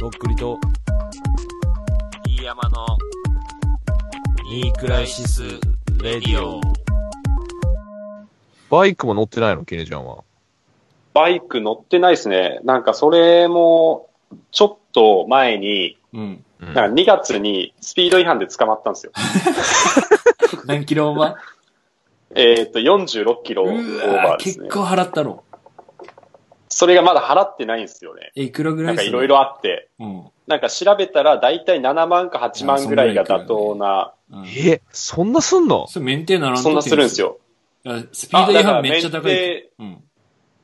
とっくりと、飯山の、ニークライシスレデレディィオオ。。バイクも乗ってないの、ケネちゃんは。バイク乗ってないですね。なんかそれも、ちょっと前に、うん。うんなんか2月にスピード違反で捕まったんですよ。何キロオーバえっと、46キローオうーわバーーです結ね。構払ったろ。それがまだ払ってないんですよね。え、いくらぐらないんかすいるろいろあって、うん。なんか調べたら大体7万か8あそ万んぐぐららいいが妥当な、うんえ、そんなすんのそれメンテならそんなするんですよ。いや。スピード違反めっちゃだ高からい。免うん。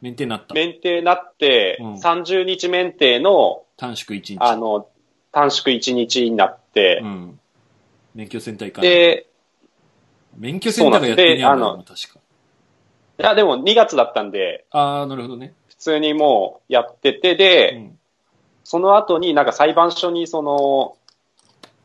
メンテなった停、。免停なって、うん30日免停の、短縮1日。あの、短縮1日になってう、ん。免許センター行かない。で、免許センターがやってねえんだよな、そうなん確か。いやでも2月だったんで、あー、なるほどね。普通にもうやっててで、うん。その後になんか裁判所にその、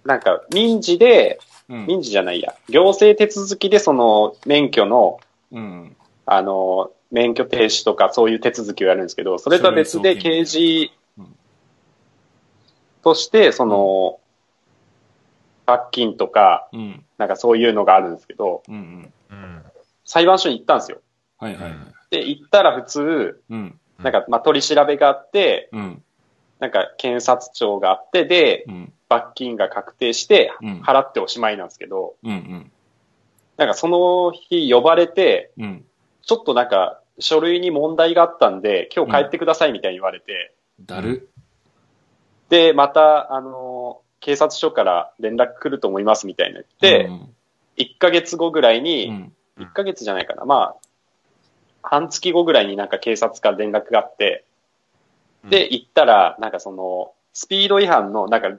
なんか民事で、うん。民事じゃないや、行政手続きでその免許の、うん。あの、免許停止とかそういう手続きをやるんですけど、それとは別で書類刑送検事うんとして、その、罰金とか、うん。なんかそういうのがあるんですけど、うん。うん。うん。裁判所に行ったんですよ。はいはいはい。で、行ったら普通、うん。なんか、まあ、取り調べがあって、うん。なんか、検察庁があって、で、うん。罰金が確定してうん、払っておしまいなんですけど、うん。うん。なんかその日呼ばれて、うん。ちょっとなんか書類に問題があったんで、今日帰ってくださいみたいに言われて、だる。で、また、あのー警察署から連絡来ると思いますみたいな言って、うん1ヶ月後ぐらいうに、ん。 1ヶ月じゃないかな、まあ、半月後ぐらいになんか警察から連絡があって、で、行ったら、なんかその、スピード違反の、なんか、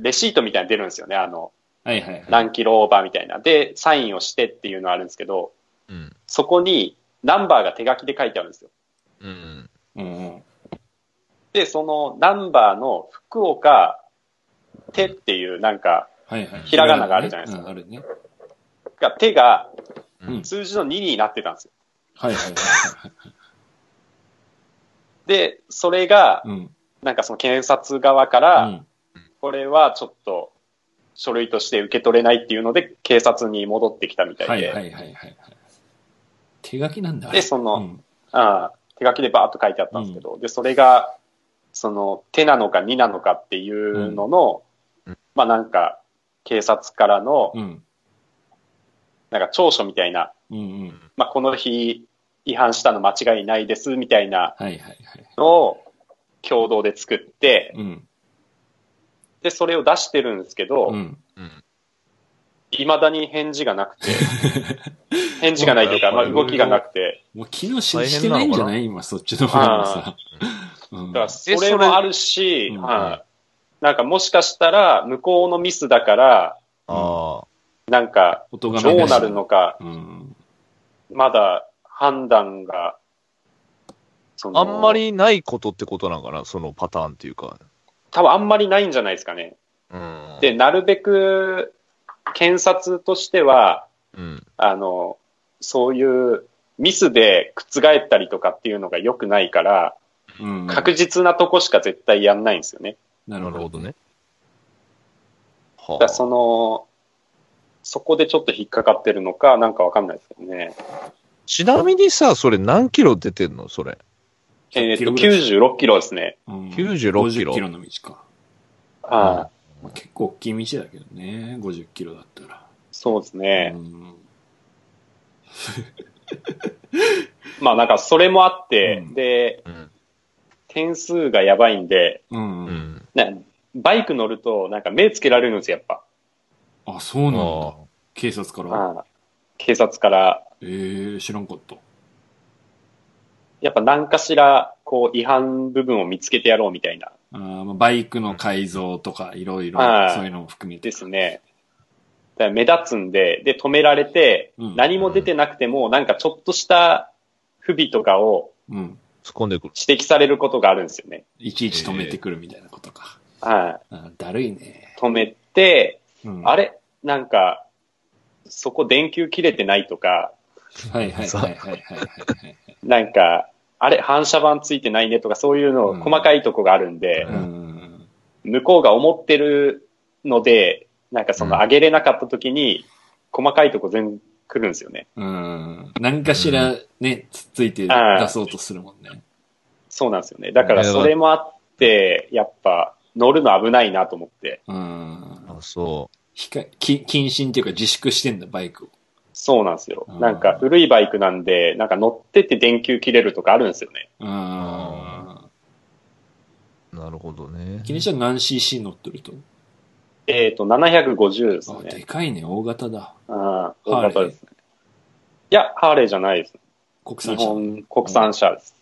レシートみたいなの出るんですよね、あの、はいはいはい。何キロオーバーみたいな。で、サインをしてっていうのあるんですけど、うん。そこにナンバーが手書きで書いてあるんですよ。うん。うんうん。で、そのナンバーの福岡手っていうなんか、はいはい。ひらがながあるじゃないですかうん、あるね。が手がうん数字の2になってたんですよ。はいはいはい。で、それが、うん。なんかその検察側かうら、んこれはちょっと書類として受け取れないっていうので、警察に戻ってきたみたはいいで、はいはいはいはい。手書きなんだ。あれで、その、うんああ手書きでバーっと書いてあったんですけど、で、それが、その、手なのか2なのかっていうのの、うんうんまあなんか、警察からの、うん。なんか調書みたいな、うんうん。まあこの日違反したの間違いないですみたいなはいはいはい。のを共同で作って、うん。で、それを出してるんですけうど、ん。いまだに返事が なくて、返事がないというか、まあ動きがなくて、もう機能ししてないんじゃない今、そっちの方がさ。うんだからそれもあるし、うんはいなんかもしかしたら向こうのミスだから、ああ。なんか音がどうなるのか、うん。まだ判断が、そのあんま、りないことってことなんかな、そのパターンっていうか。多分あんまりないんじゃないですかね。うん。で、なるべく、検察としては、うん。あの、そういうミスで覆ったりとかっていうのが良くないから、うん。確実なとこしか絶対やんないんですよね。ななるるほほどどねね。。はだからその、そこでちょっと引っかかってるのか、なんかわかんないですけどね。ちなみにさ、それ何キロ出てんのそれ。えっ、キと、ロぐらい96キロですね。うん96キロ50キロの道か。はい、まあ結構大きい道だけどね。50キロだったら。そうですね。うんまあなんかそれもあって、うんで、うん。点数がやばいんで、うん。ううん。ん。ね、バイク乗るとなんか目つけられるんですよ、やっぱ。あ、そうなんだ。あ警察から。ああ警察から、えー、知らんかった。やっぱ何かしら、こう、違反部分を見つけてやろうみたいな。あーまあバイクの改造とか、いろいろ、はいそういうのも含めて。ですね。だから目立つんで、で、止められて、うん何も出てなくても、なんかちょっとした不備とかをうん。突っ込んでくる。指摘されることがあるんですよね。いちいち止めてくるみたいなことか。はあーだるいねい。。止めて、うんあれなんか、そこ電球切れてないとか、はいはいはいはいはいはい。なんか、あれ、反射板ついてないねとか、そういうの、うん細かいとこがあるんで、うん。向こうが思ってるので、なんかその上げれなかった時に、細かいとこ全部来るんですよね。うん。何かしらね、つっついてあー出そうとするもんね。そうなんですよね。だからそれもあって、やっぱ乗るの危ないなと思って。うん。あ、そひか、き禁止っていうか自粛してんだ、バイクを。そうなんですようん。なんか古いバイクなんで、なんか乗ってて電球切れるとかあるんですよね。うん。う。なるほどね。キネちゃん何 cc 乗ってるとえっ、と、750ですあ、でね。かいね、大型だ。うん。ー大レー型ですね。いや、ハーレーじゃないです。国日産車。本国産車です。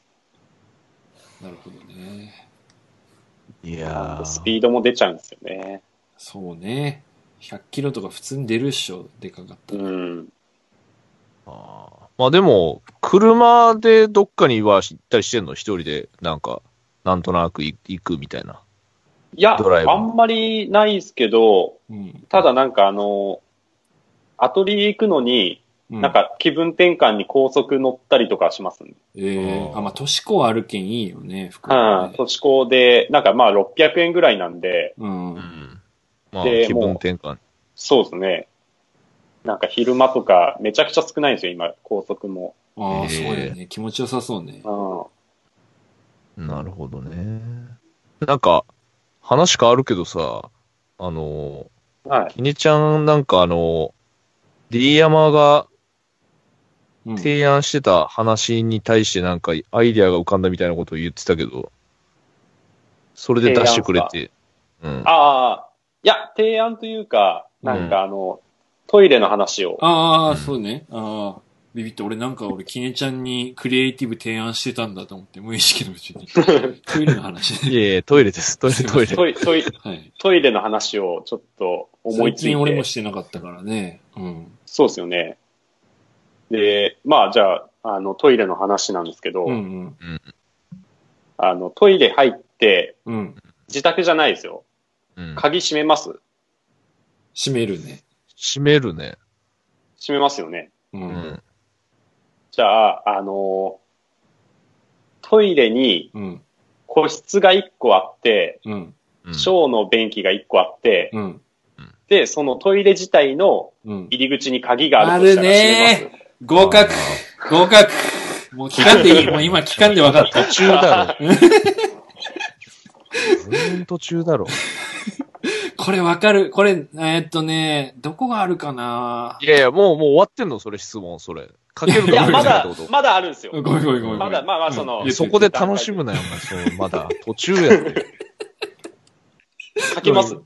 なるほどね。いなんやでスピー。ードも出ちゃうんですよね。そうね。100キロとか普通に出るっしょ、でかかったうら。ん。あーまあでも、車でどっかには行ったりしてんの一人で、なんか、なんとなくい行くみたいな。いや、ドライブあんまりないですけど、うん。ただなんかあの、アトリエ行くのに、うなん、か気分転換に高速乗ったりとかしますね。ええあーあ、まあ、都市高あるけんいいよね、福岡うん。ね都市高で、なんかまあ600円ぐらいなんで、うん。ううん。ん。まあ、で気分転換。そうですね。なんか昼間とかめちゃくちゃ少ないんですよ、今、高速も。ああ、えそうえだよね。気持ちよさそうね。うん。なるほどね。なんか、話変わるけどさ、あのー、はい。きねちゃんなんかあのー、D 山がうん。提案してた話に対してなんかアイディアが浮かんだみたいなことを言ってたけど、それで出してくれて。うん。ああ、いや、提案というか、なんかあの、トイレの話を。うああ、んそうね。ああ。ビビって、俺なんか俺、キネちゃんにクリエイティブ提案してたんだと思って、無意識のう ちに。トイレの話いえいえ、トイレです。トイレ、すいまトイせんレ。トイトイはい。トイレの話をちょっと思い最つい近俺もて。してなかったからね。うん。そうですよね。で、まあじゃあ、あの、トイレの話なんですけど、うんうん。あの、トイレ入って、うん。自宅じゃないですよ。うん。鍵閉めます閉めるね。閉めるね。閉めますよね。う。うんん。じゃあ、あの、トイレにうん。個室が1個あって、うん。うん小の便器が1個あって、うん。で、そのトイレ自体のうん。入り口に鍵があるとしたら閉めます。合格合格もう聞かん でいい。もう今聞かんで分かった。途中だ ろ。全然途中だろ。これ分かる。これ、えーっとね、どこがあるかないやいや、もう、もう終わっいてんのそれ質問、それ。かけるいかや、けるまかだってこと、まだあるんですごめよん。ごめんごめんごめん。まだまあまあそのうんそこで楽しむなよ、お前。そう、まだ、途中やって。 書きます。うん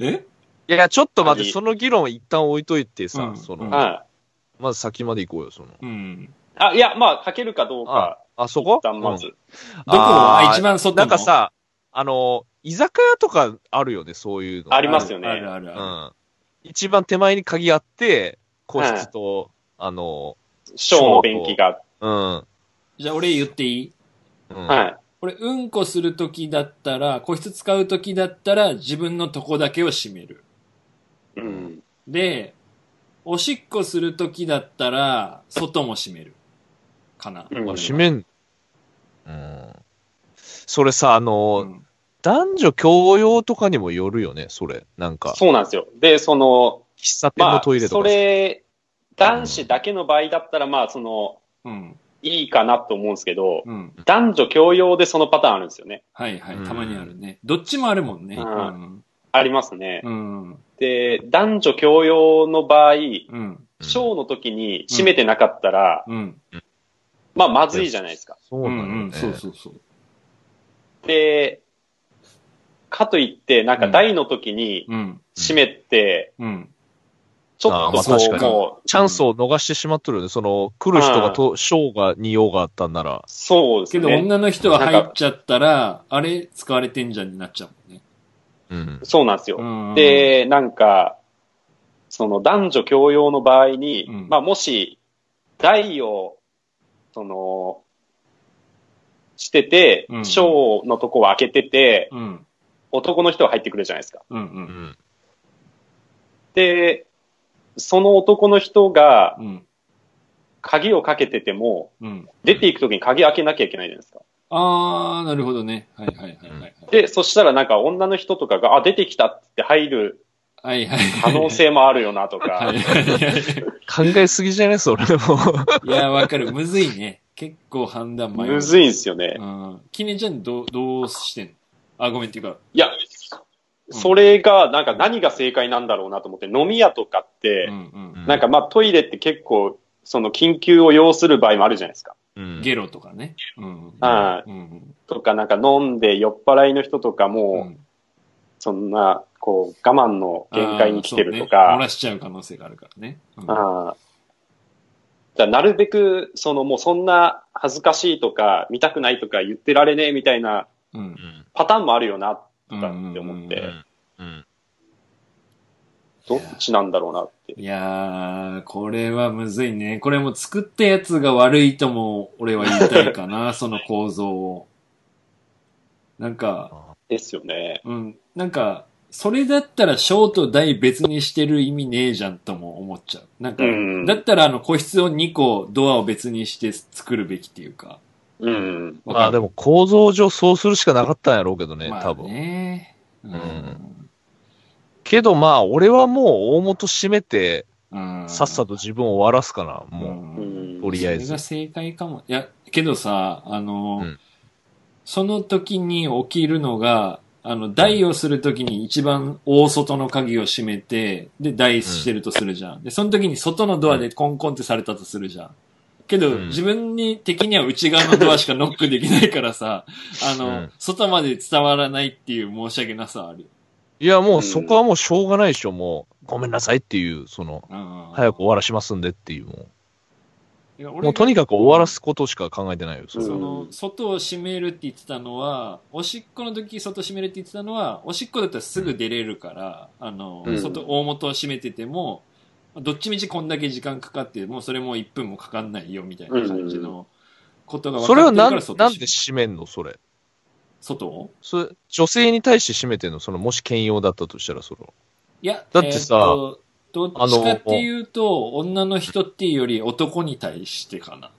えいや、ちょっと待って、何その議論一旦置いといてさ、うんそうの、んはい。まず先まで行こうよ、その。うん。あ、いや、まあ、書けるかどうか、あ、そこ一旦まず。どこああー一番外のなんか、さ、あの、居酒屋とかあるよね、そういうの。ありますよねあるあるうある。ん。一番手前に鍵あって、個室と、あの、小の便器が、うん。うんじゃあ俺言っていいはい。俺、うんこするときだったら、個室使うときだったら、自分のとこだけを閉める。うん。で、おしっこするときだったら、外も閉める。かな。うん俺は閉めん。うん。それさ、あの、うん男女共用とかにもよるよね、それ。なんか、そうなんですよ。で、その、喫茶店まのあトイレ、とそかさ。れ、男子だけの場合だったら、まあ、その、うん。いいかなと思うんですけど、うん。男女共用でそのパターンあるんですよね。はいはい。うんたまにあるね。どっちもあるもんね。ううんん。ありますね。うん。で、男女共用の場合、うん。小の時に閉めてなかったら、うん。まあ、まずいじゃないですか。そううなのよねん。うん。そうそうそう。で、かといって、なんか大の時にうん。閉めて、うん。ちょっあとーこまあう、確かにもう、チャンスを逃してしまっとるよね。その、来る人がと、ショーがに用があったんなら。そうですけど、ね。女の人は入っちゃったら、あれ使われてんじゃんになっちゃうもんね。うん。そうなんですよ。うん、で、なんか、その男女共用の場合に、うんまあもし、大を、その、しててう、ん小、のとこを開けてて、うん。男の人は入ってくるじゃないですか。うんう。うんん。で、その男の人がうん。鍵をかけてても、うん。出ていくときに鍵開けなきゃいけないじゃないですか。あー、なるほどね。はいはいはいはい。で、そしたらなんか女の人とかが、あ、出てきたって言って入るはいはい。可能性もあるよなとか はい、はいはい。考えすぎじゃないそれも。いや、わかる。むずいね。結構判断迷う。むずいんですよね。うん。きねちゃんどう、どうしてんのあ、ごめんっていうか。いや、それが、なんか何が正解なんだろうなと思って、飲み屋とかってうん、うん。なんかまあトイレって結構、その緊急を要する場合もあるじゃないですか。うんゲロとかね。うん。。はいうん。とか、なんか飲んで酔っ払いの人とかうも、ん。そんな、こう、我慢の限界に来てるとかあーそうね、漏らしちゃう可能性があるからね。うんああ。だからなるべく、そのもうそんな恥ずかしいとか、見たくないとか言ってられねえみたいなうん。うんパターンもあるよな、うとかって思っうて、んうんどっちなんだろうなって。いやー、これはむずいね。これも作ったやつが悪いとも、俺は言いたいか な、その構造を。なんか、ですよね。うん、なんか、それだったら小と大別にしてる意味ねえじゃんとも思っちゃう。なんか、うんだったらあの個室を2個、ドアを別にして作るべきっていうか。うん。わまあかでるも構造上そうするしかなかったんやろうけどね、まあ多分。ね。うんけどまあ、俺はもう大元閉めて、うんさっさと自分を終わらすかな、ももうう、んとりあえずそれが。正解かも。いや、けどさ、あの、うんその時に起きるのが、あの、台をする時に一番大外の鍵を閉めて、で、台してるとするじゃん。で、その時に外のドアでコンコンってされたとするじゃん。けど、うん自分に的には内側のドアしかノックできないか らさ、あの、うん外まで伝わらないっていう申し訳なさはあるよ。いや、もうそこはもうしょうがないでしょ、もう。ごめんなさいっていう、その、早く終わらしますんでっていう、もくう。もうとにかく終わらすことしか考えてないよ、それそは。の、外を閉めるって言ってたのは、おしっこの時外閉めるって言ってたのは、おしっこだったらすぐ出れるから、あの、うん外、大元を閉めてても、どっちみちこんだけ時間かかって、もうそれも1分もかかんないよみたいな感じのことが分それかはってるなからん外なん閉でめ閉めんの、それ。外をそれ女性に対して閉めてんの、その、もし兼用だったとしたら、その。いや、だってさえーとどっちかっていうと、女の人っていうより男に対してかな。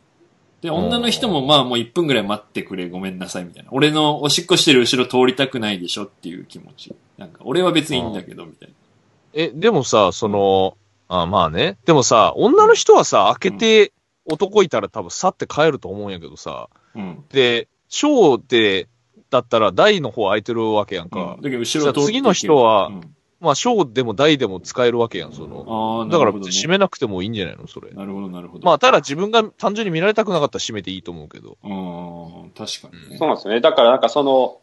で、ん女の人もまあもう1分ぐらい待ってくれ、ごめんなさいみたいな。俺のおしっこしてる後ろ通りたくないでしょっていう気持ち。なんか、俺は別にいいんだけど、みたいな。え、でもさ、その、あまあね。でもさ、女の人はさ、開けて、男いたら多分去って帰ると思うんやけどさ、うん。で、小で、だったら台の方空いてるわけやんか。うんだけど後ろ通っていけるじゃあ次の人はうんまあ小でも台でも使えるわけやん、その。ああ、だなからるほ別ど、にね。閉めなくてもいいんじゃないの、それ。なるほど、なるほど。まあ、ただ自分が単純に見られたくなかったら閉めていいと思うけど。あー、確かにね。そうなんですよね。だからなんかその、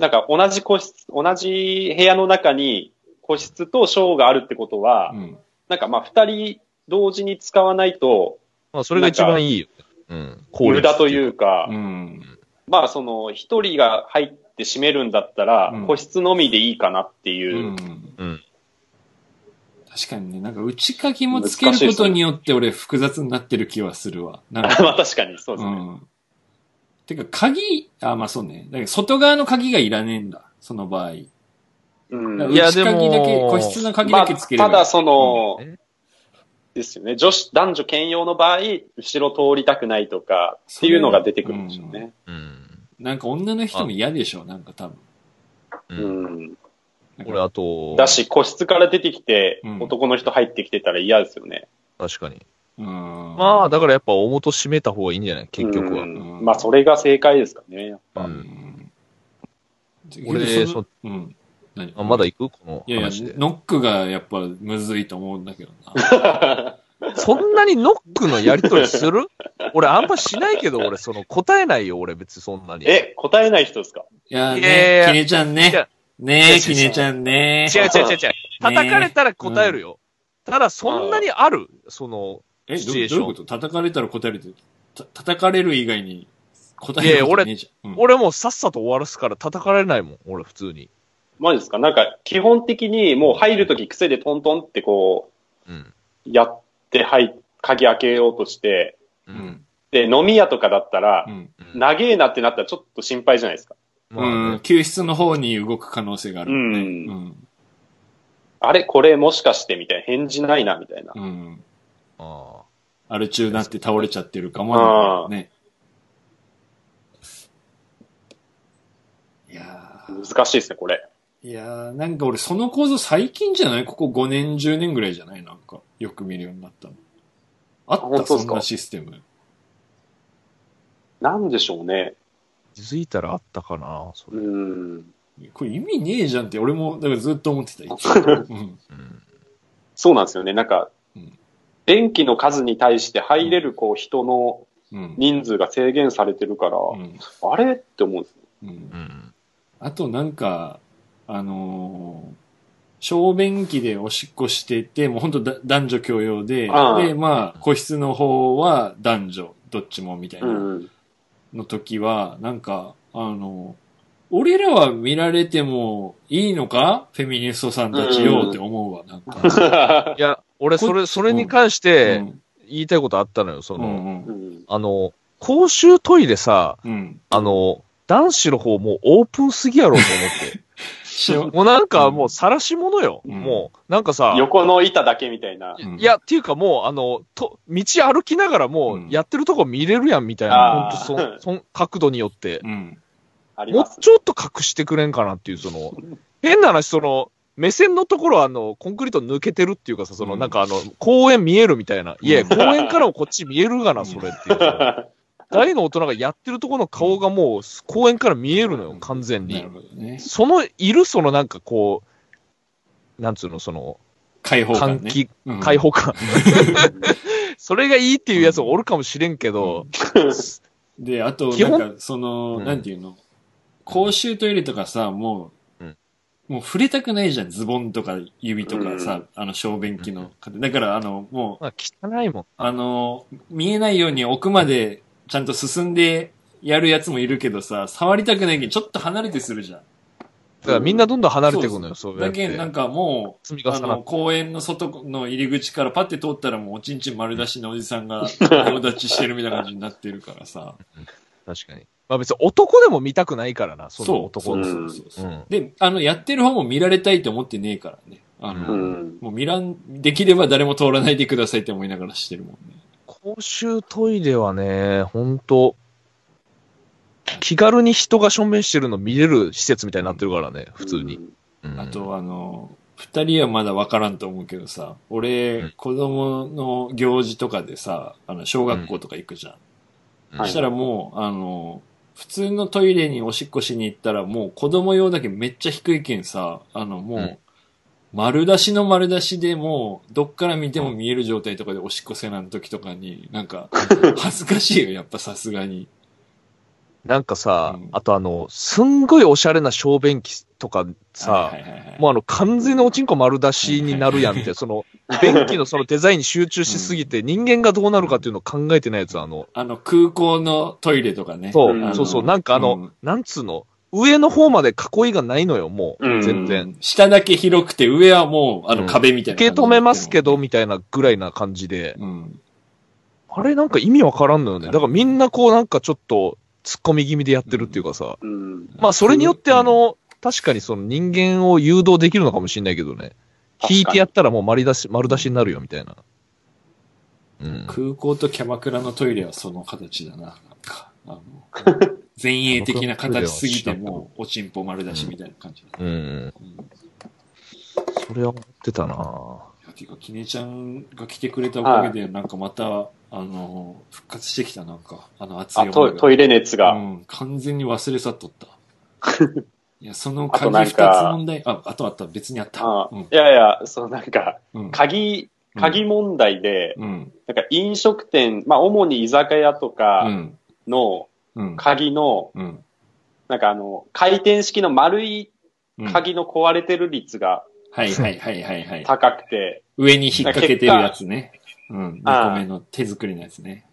なんか同じ個室、同じ部屋の中に個室と小があるってことは、うん。なんかまあ二人同時に使わないとまあ、それが一番いいよ。うん。効率無って駄というか、うん。まあその一人が入って閉めるんだったら、うん個室のみでいいかなっていう。うん確かにね、なんか内鍵もつけることによって俺複雑になってる気はするわ。なんか まあ確かに そうですね。ん。てか、鍵、あ、まあそうね。だけど外側の鍵がいらねえんだ。その場合。うんだからいや内鍵だけ、でも個室の鍵まだあ、けつければただその、うんですよね。女子、男女兼用の場合、後ろ通りたくないとかっていうのが出てくるんでしょうね。うん。なんか女の人も嫌でしょ、なんか多分。う。うんん。なんか俺、あと、だし、個室から出てきてうん、男の人入ってきてたら嫌ですよね。確かに。うん。まあ、だからやっぱ大元閉めた方がいいんじゃない結局はう。んうんまあ、それが正解ですか ね、やっぱ。ううんん。俺そのうん。何あまだ行くこのいやいや話、で。ノックがやっぱむずいと思うんだけどな。そんなにノックのやりとりす る俺あんましないけど、俺その答えないよ、俺別にそんなに。え、答えない人ですかいやーいやいやいね、やきねちゃんいやね。いやね違え、うきねちゃんね。違う違う違う違う。叩かれたら答えるよ。ただ、そんなにあるその、え、シどチうュエーどういションうこと叩かれたら答えるって、た叩かれる以外に答えることねえじゃん。うん俺もうさっさと終わらすから叩かれないもん、俺普通に。マジですかなんか、基本的にもう入るとき癖でトントンってこうん。う、やって、はい、鍵開けようとして、うう。ん。で、飲み屋とかだったらう、ん。長えなってなったらちょっと心配じゃないですか。まあうんね救出の方に動く可能性があう。る。うんん。あれこれもしかしてみたいな。返事ないな、みたいな。うん。ああアル中だって倒れちゃってるかもね。難しいですね、これ。いやー、なんか俺その構造最近じゃないここ5年、10年ぐらいじゃないなんか、よく見るようになったの。あ本当っですたかそんなシステム。なんでしょうね。気づいたらあったかな、そうれ。ん。これ意味ねえじゃんって俺も、だからずっと思ってた。いつもうんうん。そうなんですよね。なんかうん、電気の数に対して入れるこう人のうん。人数が制限されてるから、うんあれって思うんですよ。うんうん。あとなんか、あのー小便器でおしっこしてて、もう本当だ男女共用で、ああで、まあ、個室の方は男女、どっちもみたいうな。ん。の時は、なんか、あの、俺らは見られてもいいのかフェミニストさんたちうんよって思うわ、なんか。 いや、俺、それ、それに関しうてん言いたいことあったのよ。そうんうの、うんん。あの、公衆トイレさ、うん。あの、男子の方もうオープンすぎやろうと思 って。しょもうなんかもう晒し者よ。うんもう、なんかさ、横の板だけみたいな。うんいや、っていうかもう、あの、と、道歩きながらもうんう、やってるとこ見れるやんみたいな、あーほんとそん、そん、角度によって。うん。ありもまうす。ちょっと隠してくれんかなっていう、そ の、変な話、その、目線のところは、あの、コンクリート抜けてるっていうかさ、その、うんなんかあの、公園見えるみたいな。いや、うん公園からもこっち見える がな、それっていうさ。大の大人がやってるところの顔がもう、公園から見えるのよ、完全なにる。ほどね。その、いる、そのなんかこう、なんつうの、その、解放感換ね。気、うん解放 感。それがいいっていうやつもおるかもしれんけど、で、あと、基本なんか、その、うんなんていうの、公衆トイレとかさ、もう、うんもう触れたくないじゃん、ズボンとか指とかさ、うあの、小便器の。だから、あの、もう、まあ汚いもん。あの、見えないように奥までちゃんと進んでやるやつもいるけどさ、触りたくないけどちょっと離れてするじゃん。だからみんなどんどん離れていくのよ、そうやだっけてど。なんかも積みう、重あなの、って。公園の外の入り口からパッて通ったらもうおちんちん丸出しのおじさん が友達してるみたいな感じになってるからさ。確かに。まあ別に男でも見たくないからな、そのそう、男そのう子。そうそうそうう。ん。で、あの、やってる方も見られたいと思ってねえからね。あの、うう。んもう見らん、できれば誰も通らないでくださいって思いながらしてるもんね。公衆トイレはね、ほんと、気軽に人が署名してるの見れる施設みたいになってるからね、普通に。。うんあ、と、あの、二人はまだ分からんと思うけどさ、俺、うん子供の行事とかでさ、あの、小学校とか行くじゃん。うんそしたらもう、あの、普通のトイレにおしっこしに行ったら、もう子供用だけめっちゃ低いけんさ、あの、もう、うん丸出しの丸出しでもう、どっから見ても見える状態とかでおしっこせなん時とかに、なん か、恥ずかしいよ、やっぱさすがに。なんかさうん、あとあの、すんごいおしゃれな小便器とかさは、いはいはいはいもうあの、完全におちんこ丸出しになるやん って、その、便器のそのデザインに集中しすぎて、人間がどうなるかっていうのを考えてないやつ、あの、あの、空港のトイレとかね。そう、うんそうそう、なんかあの、うんなんつうの、上の方まで囲いがないのよ、もう、うん全う然。ん下だけ広くて、上はもう、あうのん壁みたいな受け止めますけど。ど、みたいなぐらいな感じで、うん。あれなんか意味わからんのよね。だからみんなこうなんかちょっと、突っ込み気味でやってるっていうかさ、うん。まあそれによってうんあ、の、確かにその人間を誘導できるのかもしれないけどね。確かに引いてやったらもう丸出し、丸出しになるよ、みたいな。うん。空港とキャバクラのトイレはその形だな。なんか、あの、前衛的な形すぎてもう、おちんぽ丸出しみたいな感じだ。うん。うんそれは思ってたなやてか、きねちゃんが来てくれたおかげで、なんかまた、あの、復活してきた、なんか、あの熱いあ、思いトイトイレ熱うが。ん、完全に忘れ去っとった。いや、そのあと鍵な二んつか問題、あ、あとあった、別にあった。あうんいやいや、そうなんか、うん鍵、鍵問題で、うん。なんか飲食店、まあ主に居酒屋とうかん。のうん。鍵の、うん。なんかあの、回転式の丸いうん鍵の壊れてる率がはいはいはいはいはい。高くて、上に引っ掛けてるやつね。うん。2ああ個目の手作りのやつね。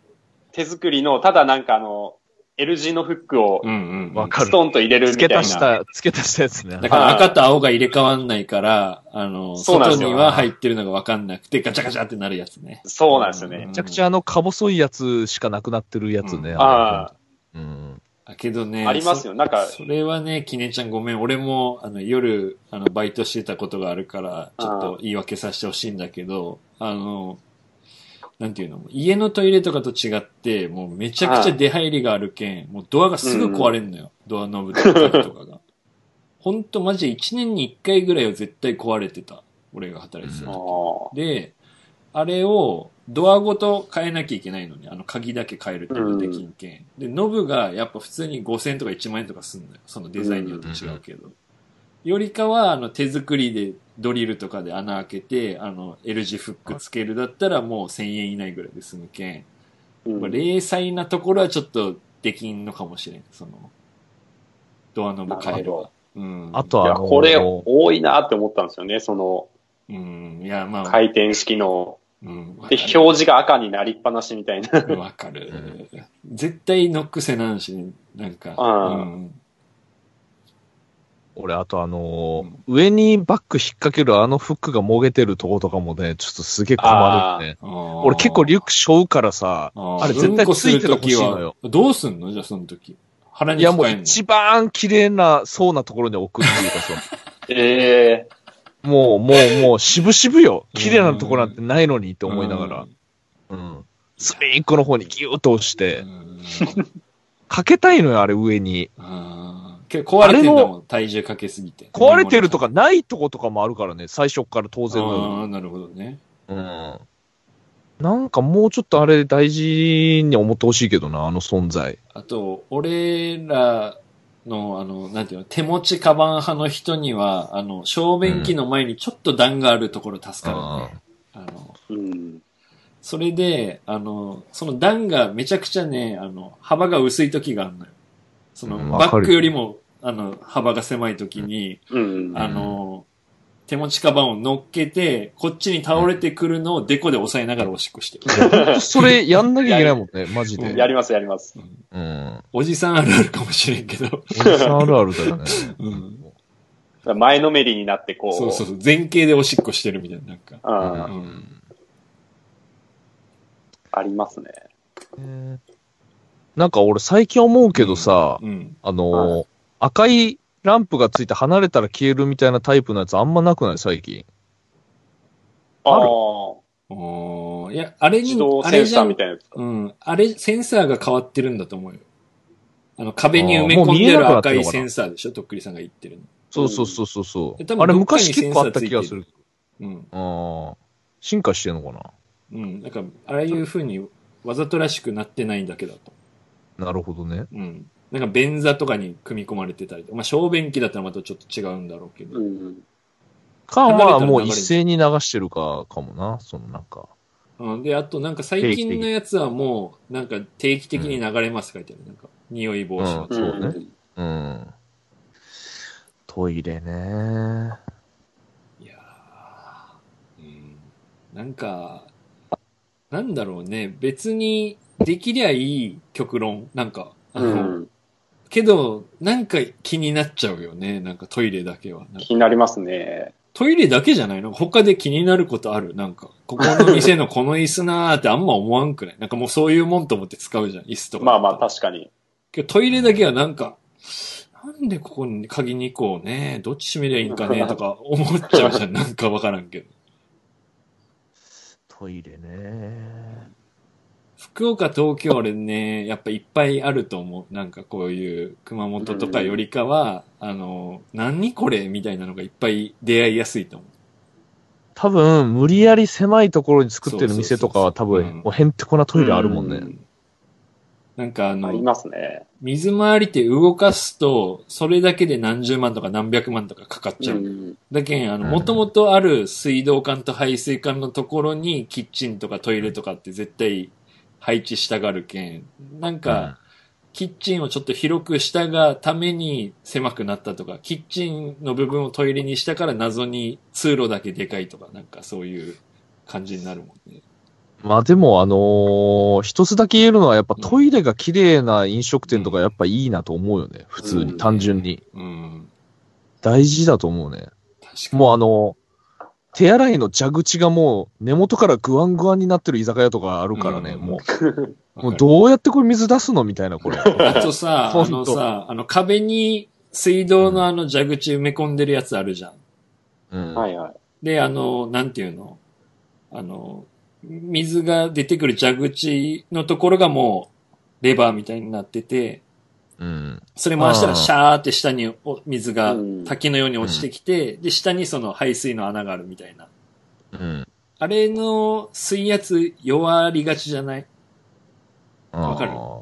手作りの、ただなんかあの、L 字のフックをうんうん。わかるストンと入れるみた付いけな。足した、付け足したやつね。だから赤と青が入れ替わんないから、あの、そうなんで外すよには入ってるのがわかんなくて、ガチャガチャってなるやつね。そうなんですよねめちゃくちゃあの、か細いやつしかなくなってるやつね。うああ、うん。あけどね。ありますよなんかそそれはね、きねちゃんごめん。俺も、あの、夜、あの、バイトしてたことがあるから、ちょっと言い訳させてほしいんだけど、あの、なんていうの家のトイレとかと違って、もうめちゃくちゃ出入りがあるけん、もうドアがすぐ壊れんのよ。ドアノブとか鍵とかが。 ほんとマジで1年に1回ぐらいは絶対壊れてた。俺が働いてたあ時。ーで、あれをドアごと変えなきゃいけないのに、あの鍵だけ変えるっていうのができんけん。で、ノブがやっぱ普通に5000とか1万円とかすんのよ。そのデザインによって違うけど。よりかは、あの手作りでドリルとかで穴開けて、あの L 字フックつけるだったらもう1000円以内ぐらいで済むけん。うんまあ、零細なところはちょっとできんのかもしれん。その、ドアノブ変えるなるは。うん。あといは、や、あのこれ多いなって思ったんですよね。そのうん。いや、まあ、回転式の。うん。わかで、る表示が赤になりっぱなしみたいな。わかる。絶対ノックせなんし、ね、なんか。あーうん俺、あとあのー上にバック引っ掛けるあのフックがもげてるとことかもね、ちょっとすげえ困るね。俺結構リュック背負うからさ、ああれ絶対ついててほしいのよ。うんこするときはどうすんのじゃあその時。腹いにやもう抱えんの一番綺麗なそうなところに置くっていうかさ、ええもう、もう、もう、渋々よ。綺麗なとこなんてないのにって思いながら、うん。隅っこの方にギューッと押しうてん。、うんかけたいのよ、あれ上に。あー結構壊れてんだもん、体重かけすぎて。壊れてるとかないとことかもあるからね、最初っから当然のようにああ、なるほどね。うんなんかもうちょっとあれ大事に思ってほしいけどな、あの存在。あと、俺らの、あの、なんていうの、手持ちカバン派の人には、あの、小便器の前にちょっと段があるところ助かるね。あの、うん。それで、あの、その段がめちゃくちゃね、あの、幅が薄い時があるのよ。そのうん、わバかるックよりも、あの、幅が狭い時に、うん。あの、手持ちカバンを乗っけて、こっちに倒れてくるのをデコで押さえながらおしっこしてる。それやんなきゃいけないもんね、マジで。やります、やります。うん。おじさんあるあるかもしれんけど。おじさんあるあるだよね。うん前のめりになってこう。そうそうそう。前傾でおしっこしてるみたいな、なんか。うんうう。んんありますね。えーなんか俺最近思うけどさ、うん。あのー赤いランプがついて離れたら消えるみたいなタイプのやつあんまなくない最近。あああるー、おーいや、あれに自動、あセれンじゃサーんみたいなやつ。うん。あれ、センサーが変わってるんだと思うよ。あの、壁に埋めあーも込うん見えでなくるなって赤るのかないセンサーでしょとっくりさんが言ってるそうそうそうそうそう、え多分あれ昔結構あった気がする。の。うん。ああ。進化してんのかうん。なんか、ああいう風にわざとらしくなってないだけだと。ななるほどね。うん。なんか、便座とかに組み込まれてたりとまあ、小便器だったらまたちょっと違うんだろうけど。うん。か、流れたらまあもう流れる一斉に流してるか、かもな、そのなんか。うん。で、あと、なんか最近のやつはもう、なんか定期的に流れます書いてある。なんか、匂い防止のそうねんうん。トイレね。いやーうん、なんか、なんだろうね、別にできりゃいい極論、なんか、あうの、ん。けど、なんか気になっちゃうよね、なんかトイレだけは。なんか気になりますね。トイレだけじゃないの他で気になることあるなんか、ここの店のこの椅子なーってあんま思わんくないなんかもうそういうもんと思って使うじゃん、椅子とか。まあまあ、確かに。けどトイレだけはなんか、なんでここに鍵2個をね、どっち閉めりゃいいんか ねとか思っちゃうじゃん、なんかわからんけど。トイレね。福岡、東京、俺ね、やっぱいっぱいあると思う。なんかこういう熊本とかよりかは、あの、何これみたいなのがいっぱい出会いやすいと思多分、無理やり狭いところに作ってる店とかはそ多うそうそう分、もうへんてこなトイレあるもんう。ね。なんかあありの、ますね。水回りって動かすと、それだけで何十万とか何百万とかかかっちうゃう。ん。だけん、あの、うんもともとある水道管と排水管のところにキッチンとかトイレとかって絶対配置したがるけん、なんか、キッチンをちょっと広くしたがために狭くなったとか、キッチンの部分をトイレにしたから謎に通路だけでかいとか、なんかそういう感じになるもんね。うんまあでも、あのー一つだけ言えるのは、やっぱトイレが綺麗な飲食店とかやっぱいいなと思うよね。普通うに、ん単純に。うん。大事だと思うね。確かに。もうあの、手洗いの蛇口がもう根元からグワングワンになってる居酒屋とかあるからね、うんもう。わもかうるどうやってこれ水出すのみたいな、これ。あと さ、ほんあとのさ、あの壁に水道のあの蛇口埋め込んでるやつあるじゃん。うん。はいはい。で、あの、なんていうのあの、水が出てくる蛇口のところがもうレバーみたいになってて、うん。それ回したらシャーって下にお水がうん滝のように落ちてきて、で、下にその排水の穴があるみたいな。うん。あれの水圧弱りがちじゃないわかるあー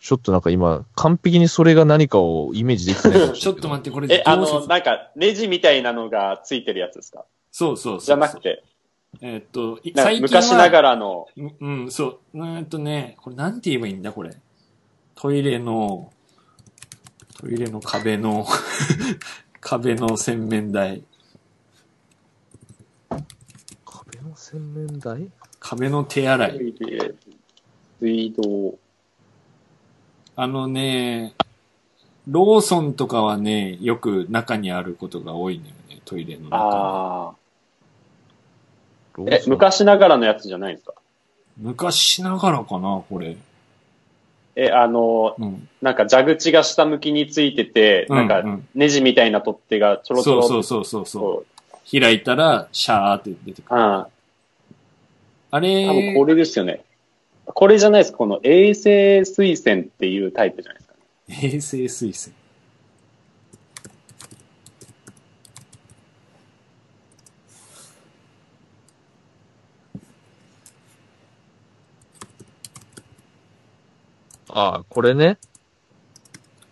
ちょっとなんか今、完璧にそれが何かをイメージできてないかもし ちれょっないけど。と待って、これどうえ、あの、説なんか、レジみたいなのがついてるやつですかそうそうそうそう。じゃなくて、えーっと、いなんか最近は。昔ながらの、うんうん、そう。うーんとね、これなんて言えばいいんだ、これ。トイレの、トイレの壁の、 壁の洗面台。壁の洗面台壁の手洗い。水道。あのね、ローソンとかはね、よく中にあることが多いんだよね、トイレの中ああ。ローえ、ソン昔ながらのやつじゃないですかに。昔ながらかな、これ。え、あの、うん。なんか蛇口が下向きについてて、なんうか、うネジみたいな取っ手がちょろちょそうそろうそうそうそこう。開いたら、シャーって出てくう。うる。ん。あ多分れ、これですよね。これじゃないですか。この衛星水栓っていうタイプじゃないですか。平成推薦。ああ、これね。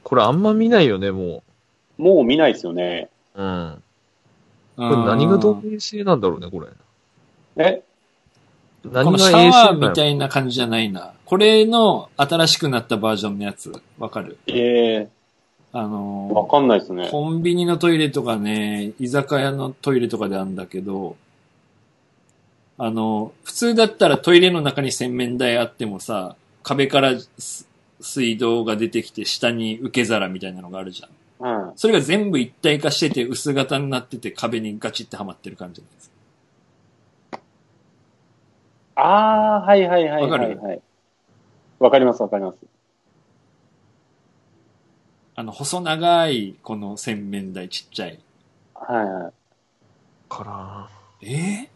これあんま見ないよね、ももう見ないですよね。う。うん。ここれ何が同性性なんだろうね、これ。え何このシがャ衛ワー星みたい。いな感じじゃないな。これの新しくなったバージョンのやつ、わかるえあー、わのかんないですー、ね。コンビニのトイレとかね、居酒屋のトイレとかであるんだけど、あの、普通だったらトイレの中に洗面台あってもさ、壁からす水道が出てきて下に受け皿みたいなのがあるじゃん。うん。それが全部一体化してて薄型になってて壁にガチってはまってる感じなんです。あー、はいはいはいはい、わはい。わかりますわかります。あの、細長いこの洗面台ちっちゃい。はいはい。からえ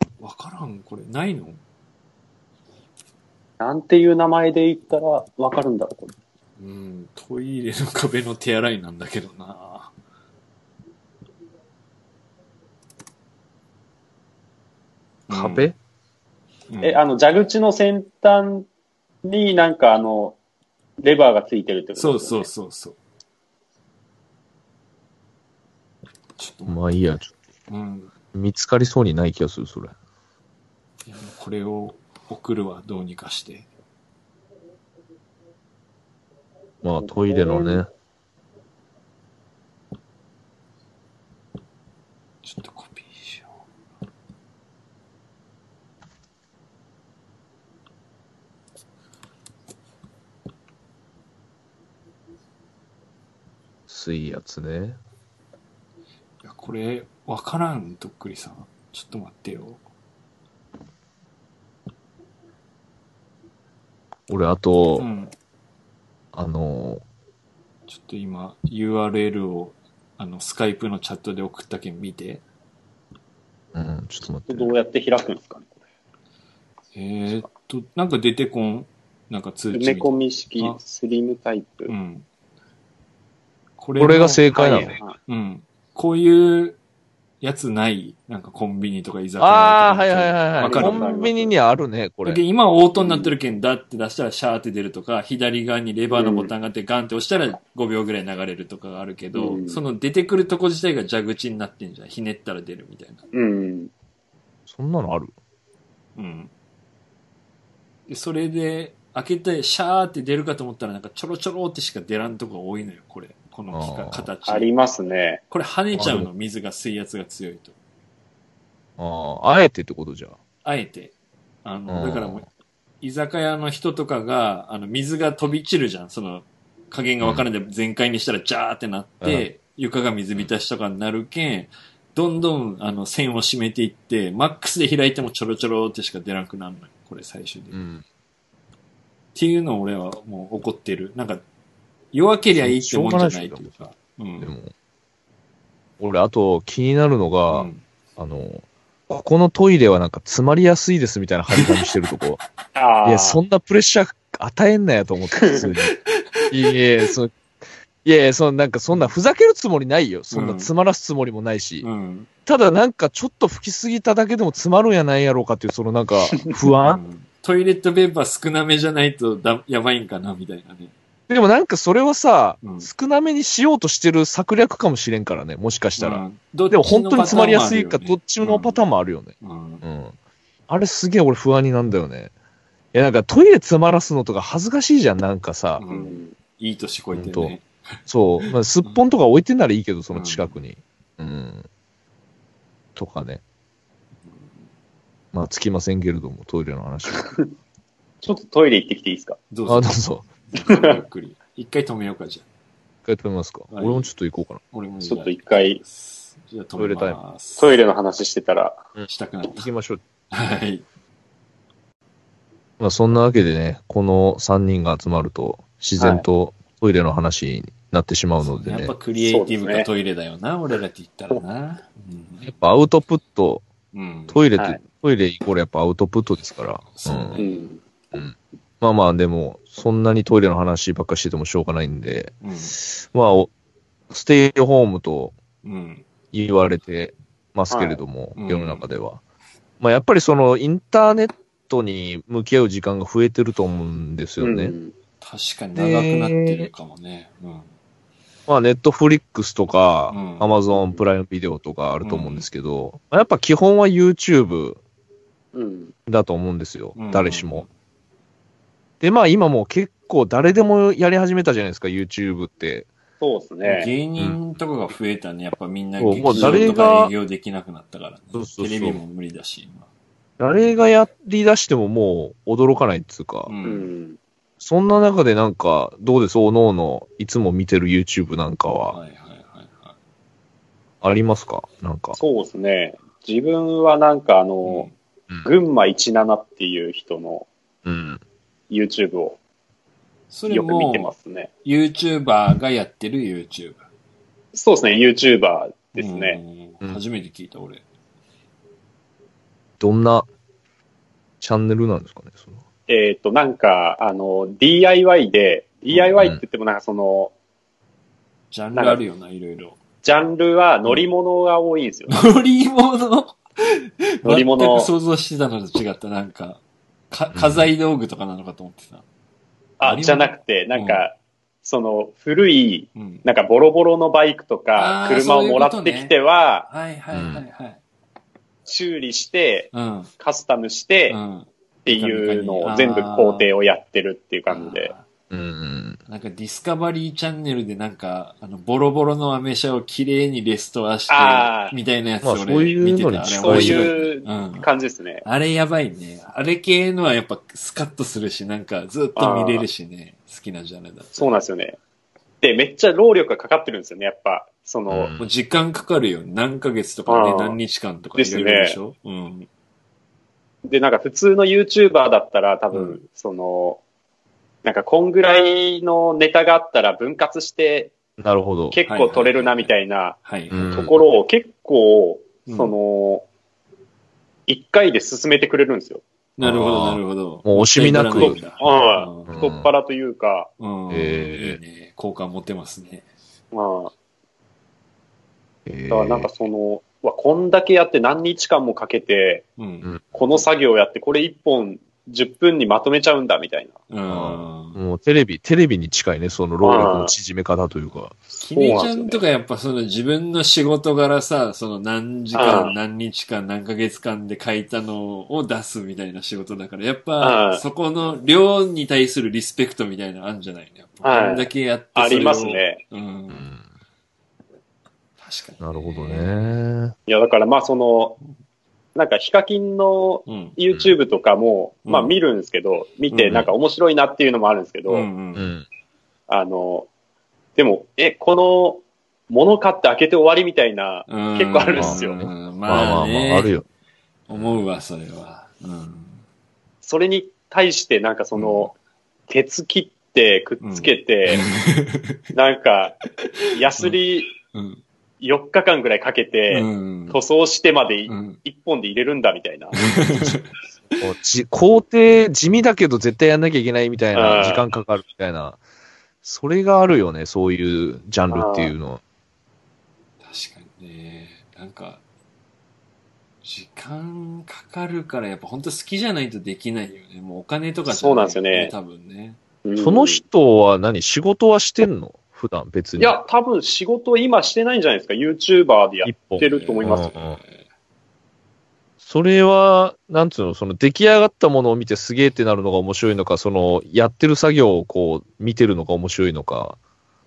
ー、わからんこれ、ないのなんていう名前で言ったらわかるんだろう、これ。うん、トイレの壁の手洗いなんだけどな壁、うんえ、あの、蛇口の先端になんかあの、レバーがついてるってことそうですよそうねそうそう。ちょっと、まあいいや、ちょうん。見つかりそうにない気がする、それ。いやこれを送るわ、どうにかして。まあトイレのね。ちょっとコピーしよ水圧ね。う。いや、これ、わからん、とっくりさん。ちょっと待ってよ。俺、あと、うん。あの、ちょっと今、URL を、あの、スカイプのチャットで送ったけん見て。うん、ちょっと待ってどね。うやって開くんですかね。えー、っと、なんか出てこん。なんか通知みた埋いめな。込み式あスリムタイプ。うん。ここれのが正解なの、はいはいうん。こういうやつないなんかコンビニとか居酒屋とか。ああ、はいはいはいはわい。かるコンビニにあるね、こだれけ。ど今オートになってるけん、だって出したらシャーって出るとか、左側にレバーのボタンがあってガンって押したら5秒ぐらい流れるとかがあるけど、うんその出てくるとこ自体が蛇口になってんじゃん。ひねったら出るみたいな。うん。そんなのあるうん。で、それで、開けて、シャーって出るかと思ったら、なんかちょろちょろってしか出らんとこが多いのよ、これ。この機械あー形。ありますね。これ跳ねちゃうあの、水が、水圧が強いと。ああ、あえてってことじゃ。あえて。あうの、んだからもう、居酒屋の人とかが、あの、水が飛び散るじゃん。その、加減がわからんで、全開にしたら、ジャーってなって、床が水浸しとかになるけん、どんどん、あの、線を締めていって、マックスで開いてもちょろちょろってしか出なくなるのよ、これ最終的に。ん。っていうのを俺はもう怒ってる。なんか、弱けりゃいいってもんじゃないというか。うん。でも、俺、あと気になるのが、うんあの、ここのトイレはなんか詰まりやすいですみたいな張り紙してるとこ。あ あ。いや、そんなプレッシャー与えんなやと思って、普通に。いやいや、そいやいや、そのなんかそんなふざけるつもりないよ。そんなつまらすつもりもないし。うん。ただなんかちょっと吹きすぎただけでもつまるんやないやろうかっていう、その なんか不う安。んトイレットペーパー少なめじゃないとだやばいんかな、みたいなね。でもなんかそれをさ、うん少なめにしようとしてる策略かもしれんからね、もしかしたら。うんどっちでのも本当に詰まりやすいか、どっちのパターンンもあるよね。もあるよね。うんうん。あれすげえ俺不安になんだよね。いやなんかトイレ詰まらすのとか恥ずかしいじゃん、なんかさ。う。うんん。いい年こいてほんね。そう。まあ、すっぽんとか置いてんならいいけど、その近くに。うん。とかね。まあ、つきませんけれども、トイレの話は。ちょっとトイレ行ってきていいですかあ、どどううぞ。ぞ。ゆっくり。一回止めようか、じゃあ。一回止めますか。はい俺もちょっと行こうかな。俺もじちゃょあっと一回じゃあ止めます。トイレの話してたら、したくなっ行きましょう。た。はい。まあ、そんなわけでね、この3人が集まると、自然とトイレの話になってしまうのでやっね。ぱクリエイティブとトイレだよな、俺らって言ったらな。やっぱアウトプット、うん。うんトイレと、はいトイレイコールやっぱアウトプットですから。そうねううんん。まあまあ、でも、そんなにトイレの話ばっかしててもしょうがないんで、うんまあ、おステイホームとうん。言われてますけれども、はいうん世の中では。まあ、やっぱりそのインターネットに向き合う時間が増えてると思うんですよね。うん確かに長くなってるかもね。うん。まあ、ネットフリックスとかう、んアマゾンプライムビデオとかあると思うんですけど、まあやっぱ基本は YouTube うん。だと思うんですようん、誰しも。で、まあ今もう結構誰でもやり始めたじゃないですか、YouTube って。そうですね。芸人とかが増えたね。やっぱみんなそう劇もう場誰とがか営業できなくなったからねそう。そうそうテレビも無理だし、今。誰がやり出してももう驚かないっていうか、うん。うん。そんな中でなんか、どうですおのおの、いつも見てる YouTube なんかははいはいはいはい。ありますかなんか。そうですね。自分はなんかあの、うん。群馬17っていう人のうん。 YouTube をそれよく見もて、ますね。 YouTuber がやってる YouTube。そうですね、YouTuber ですね。う。うんん初めて聞いた、俺。どんなチャンネルなんですかねそのえっ、と、なんか、あの、DIY で、DIY って言ってもなんかその、ジャンルあるよな、いろいろ。ジャンルは乗り物が多いんですよね。乗り物乗り物全く想像してたのと違った、なんか、か、家財道具とかなのかと思ってた。乗りあ、物じゃなくて、なんか、その、古い、うん。なんかボロボロのバイクとあかー、車そをういうもこらとねってきては、はいはいはいはい。修理して、うん。っカスタムして、っていうのを全部工程をやってるっていう感じで。。うんうん。なんかディスカバリーチャンネルでなんか、あの、ボロボロのアメ車を綺麗にレストアしてあ、ーみたいなやつまあ俺そういうのに見てた。あれ近そう面白いいううん感じですね。あれやばいね。あれ系のはやっぱスカッとするし、なんかずっと見れるしね。好きなジャンルだと。そうなんですよね。で、めっちゃ労力がかかってるんですよね、やっぱ。その、うんもう時間かかるよ。何ヶ月とかねあ、ー何日間とかいろいろでしょうん。で、なんか普通の YouTuber だったら多分、うんその、なんかこんぐらいのネタがあったら分割してなるほど。結構取れるなみたいなはい。うんところを結構、うんその、一回で進めてくれるんですよ。なるほど、あーなるほど。もう惜しみなくもったいぶらないんだうん太っ腹というか、うん。うんいえいね。好感持ってますね。まあ、えだからなんかその、うわこんだけやって何日間もかけて、うん。この作業をやって、これ1本10分にまとめちゃうんだみたいな。うん。もうテレビ、テレビに近いね、その労力の縮め方というか。きねちゃそうなんんですよとねかやっぱその自分の仕事柄さ、その何時間、うん何日間、何ヶ月間で書いたのを出すみたいな仕事だから、やっぱうんそこの量に対するリスペクトみたいなのあるんじゃないのやっぱはいこんだけやってあそれをります。ね。うんう。ん確かに。なるほど。ね。いや、だからまあその、なんかヒカキンのうん。 YouTube とかも、うんまあ見るんですけど、見てうんなんか面白いなっていうのもあるんですけど、うんううん。ん。あの、でも、え、この、物買って開けて終わりみたいな、結結構あるんすよままあまああまあ、ねあ。るよ。思うわ、それは。うん。それに対してなんかその、鉄切ってくっつけて、なんか、ヤスリうん。 4日間ぐらいかけて、うん塗装してまでうん。 1本で入れるんだみたいな。こうじ工程、地味だけど絶対やんなきゃいけないみたいな、うん時間かかるみたいな。それがあるよね、そういうジャンルっていうのは。確かにね。なんか、時間かかるから、やっぱ本当好きじゃないとできないよね。もうお金とかじゃいそうなんですよね多分ね。うんその人は何仕事はしてんの普段別いに。や、多分仕事今してないんじゃないですか。YouTuber でや一っ本て。ると思いますよ。うんうんそれは、なんつうの、その出来上がったものを見てすげえってなるのが面白いのか、その、やってる作業をこう、見てるのが面白いのか。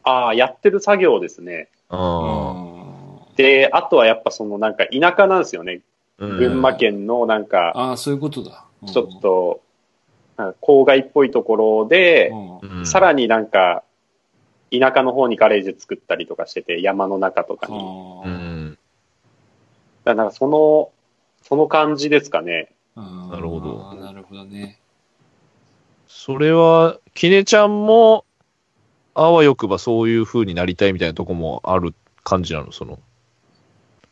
ああ、やってる作業ですね。ああで、あとはやっぱそのなんか田舎なんですよね。ー群馬県のなんか、あー、そういうことだ。ちょっと、なんか郊外っぽいところでう、ん、うんうんさらになんか、田舎の方にガレージ作ったりとかしてて、山の中とかに。あうーん。だからなんかその、その感じですかね。うんなるほどなるほどね。それは、きねちゃんも、あわよくばそういう風になりたいみたいなとこもある感じなの、その。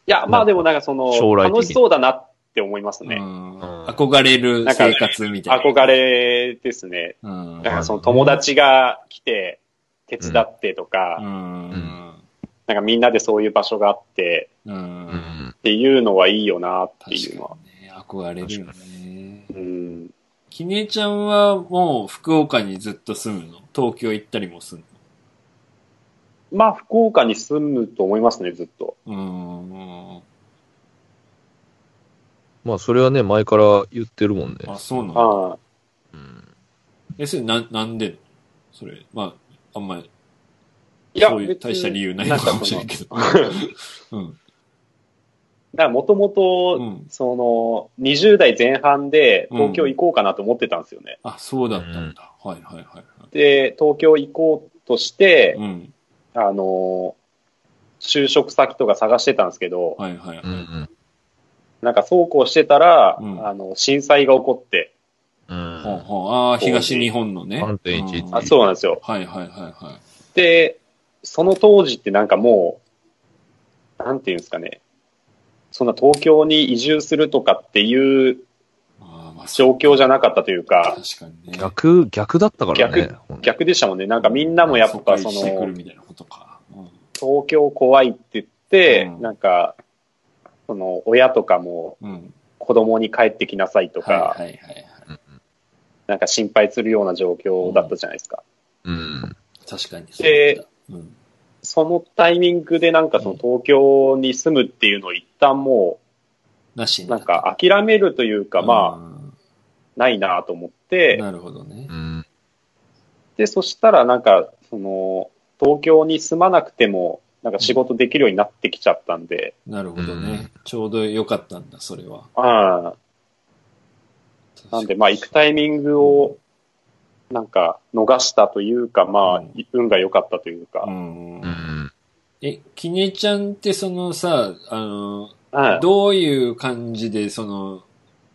いや、まあでもなんかその将、来的に楽しそうだなって思いますうね。んうん憧れる生活みたいな。憧。れですね。うん。だからその友達が来て、手伝ってとか、うん。なんかみんなでそういう場所があってう。うんん。っていうのはいいよなって確いかうのは。にね。憧れるよね。うん。きねちゃんはもう福岡にずっと住むの東京行ったりもするまあ、福岡に住むと思いますね、ずっと。のまあ、それはね、前から言ってるもんね。うん。あ、そうなのああうん。え、それな、なんでそれ、まあ、あんまり、いやそういう大した理由ないなのんかかそのもしれんけど。 うん。だからもともうと、ん。その、20代前半で東京行こうかなと思ってたんですよね。あ、そうだったんだ。はいはいはいはい。で、東京行こうとしてう、ん。あの、就職先とか探してたんですけど、はいはいはい。うんうん。なんかそうこうしてたら、うんあの、震災が起こって、う。ほうんほう。ああ、東日本のね。 3.11うんあそうなんですよ。はいはいはいはい。で、その当時ってなんかもう、なんていうんですかね、そんな東京に移住するとかっていうああ、まあ、状況じゃななかったというか、確かにね。逆、逆だったからね。ほんと逆でしたもんね。なんかみんなもやっぱ疎そ開してくるの、みたいなことか。うん東京怖いって言って、うんなんか、その、親とかもうん。子供に帰ってきなさいとはいはかい、はいはい。なんか心配するような状況だったじゃないですか。うん。確かにそうだ。でうん、そのタイミングでなんかその東京に住むっていうのを一旦もなしう、になんか諦めるというか、まあ、ないなと思って、なるほどねう。ん。で、そしたらなんか、その、東京に住まなくても、なんか仕事できるようになってきちゃったんで、なるほどうね。んちょうど良かったんだ、それは。ああ、なんでまあ行くタイミングを、なんか逃したというか、まあうん、運が良かったといううか、んう。ん。え、きねちゃんってそのさ、あの、はいどういう感じで、その、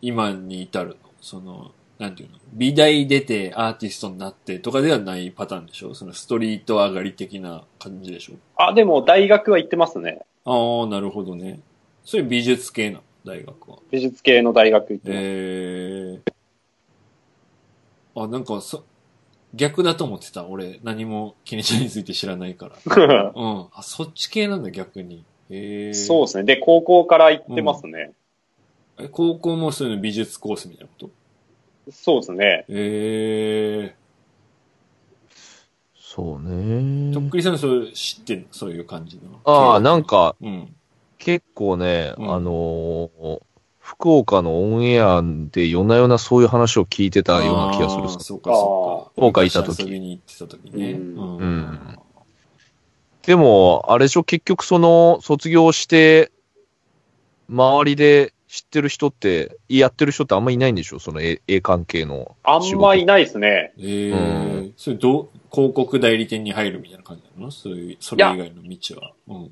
今に至るのその、なんていうの美大出てアーティストになってとかではないパターンでしょそのストリート上がり的な感じでしょあ、でも大学は行ってますね。ああ、なるほどね。それ美術系なの、大学は。美術系の大学行ってます。ええあ、なんかそ、逆だと思ってた。俺、何もキネちゃんについて知らないから。 うん。あ、そっち系なんだ、逆に。ええそうですね。で、高校から行ってますね。え高校もそういうの美術コースみたいなことそうですね。えそうえとっね。くりさん、それ知ってんのそういう感じの。ああ、なん。か、うん。結構ね、うんあのー福岡のオンエアで夜な夜なそういう話を聞いてたような気がするあさー。そうか、そうか。福岡いた時遊びに行ってた時ね。うんうんでも、あれでしょ、結局その、卒業して、周りで知ってる人って、やってる人ってあんまいないんでしょその絵絵関係の。あんまいないですね。ええうそれどう、広告代理店に入るみたいな感じなのそういう、それ以外の道は。うん。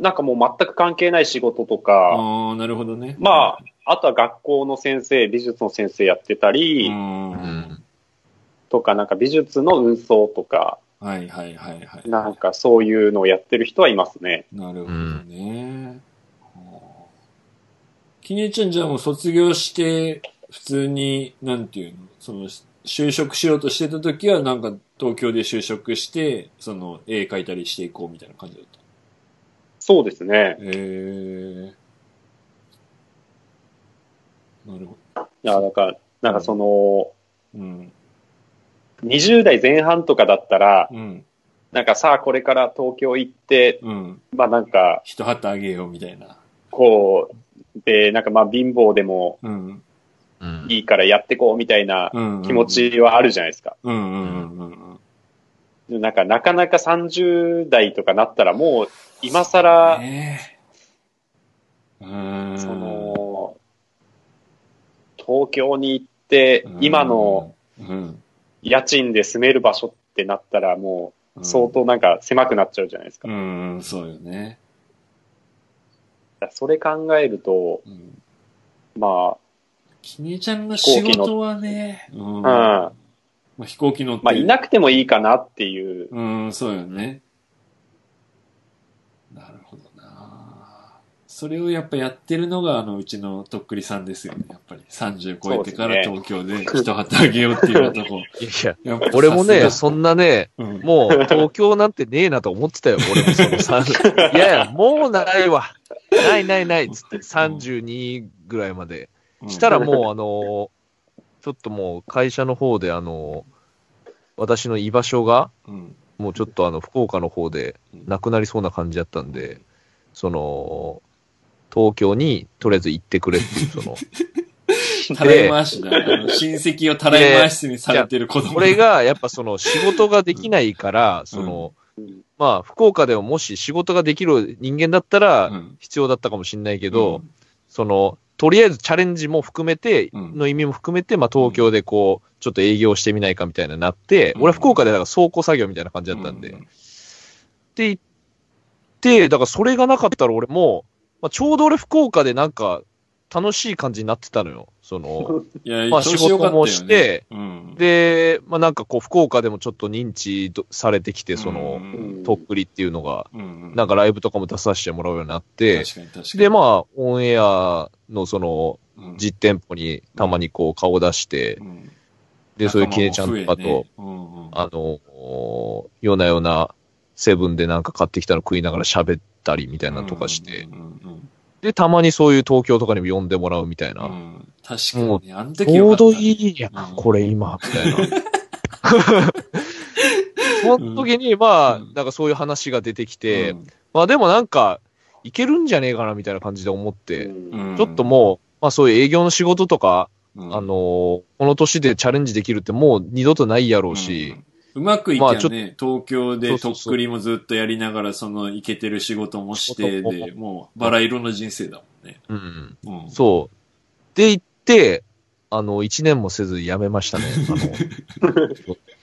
なんかもう全く関係ない仕事とか、ああ、なるほどね。まあとは学校の先生、美術の先生やってたうり、ん。うんとか、なんか美術の運送とか、はいはいはいはい。なんかそういうのをやってる人はいますね。なるほどね。はあきねちゃんじゃあもう卒業して、普通に、なんていうの、その、就職しようとしてた時は、なんか、東京で就職して、その、絵描いたりしていこうみたいな感じだった。そうですね。へえ。なるほいや、だから、なんかその、ど。うん。 20代前半とかだったら、うん。なんかさあこれから東京行って、うん。まあなんか、一旗あげようみたいな。こう、で、なんかまあ貧乏でもうん。うん。いいからやってこうみたいなうん。気持。ちはあるじゃないですか。うんうんうんうん。でなんかなかなか30代とかなったらもう今うん。更、ねえうーん。その、東京に行ってうん、今の、うん。家賃で住める場所ってなったらもううん相。当なんか狭くなっちゃうじゃないですか。うんうん、そうよね。だからそれ考えると、うん。まきねちゃんの仕事はね、うん。あ、うん、まあ、飛行機乗って。まあいなくてもいいかなっていう、うん、そうよね。なるほどなそれをやっぱやってるのが、あの、うちのとっくりさんですよね。やっぱり30超えてからそう東京で一旗あげようっていう 男。いやいや、やっぱ俺もね、さすそんなね、がうん、もう東京なんてねえなと思ってたよ、俺もその3、い やいや、もうないわ。ないないないっつって32ぐらいまで。したらもう、あの、ちょっともう会社の方で、あの、私の居場所が、うん、もうちょっとあの、福岡の方でなくなりそうな感じだったんで、その、東京にとりあえず行ってくれっていう、そ の、たらい回しだ。あの親戚をたらい回しにされてる子供。これがやっぱその仕事ができないから、その、うんまあ、福岡でももし仕事ができる人間だったら、うん、必要だったかもしれないけけど、、その、とりあえずチャレンジも含めて、うんの意味も含めて、まあ、東京でこう、ちょっと営業してみないかみたいななって、うん俺は福岡でだから倉庫作業みたいな感じだったんで。うって言って、だからそれがなかったら俺も、まあ、ちょうど俺福岡でなんか、楽しい感じになってたのよ。その、いや、まあ調子良かったよね仕事もして、うん、で、まあ、なんかこう、福岡でもちょっと認知どされてきて、その、うんとっくりっていうのが、うん、なんかライブとかも出させてもらうようになって、確かに確かに。で、まあ、オンエアのその、うん、実店舗にたまにこう顔を出してう、んで、そういうキネちゃんとかと、、仲間も増あのー、夜な夜なセブンでなんか買ってきたの食いながら喋ったりみたいえねなのとかして、うんうんうんうんで、たまにそういう東京とかにも呼んでもらうみたいな。うん確かにね、あの時ちょうどい。いいやうんん、これ今、みたいな。 その時に、うまあん、なんかそういう話が出てきて、うんまあでもなんか、いけるんじゃねえかな、みたいな感じで思って、うんちょっともう、まあそういう営業の仕事とか、うん、あのーこの年でチャレンジできるってもう二度とないやろうし、うん、うまくいけばまあちょっね、東京そうでとっそうそうくりもずっとやりながら、その、いけてる仕事もして、仕事もで、もう、バラ色の人生だもんね。うん、うん。そう。で言って、あの、一年もせず辞めましたね。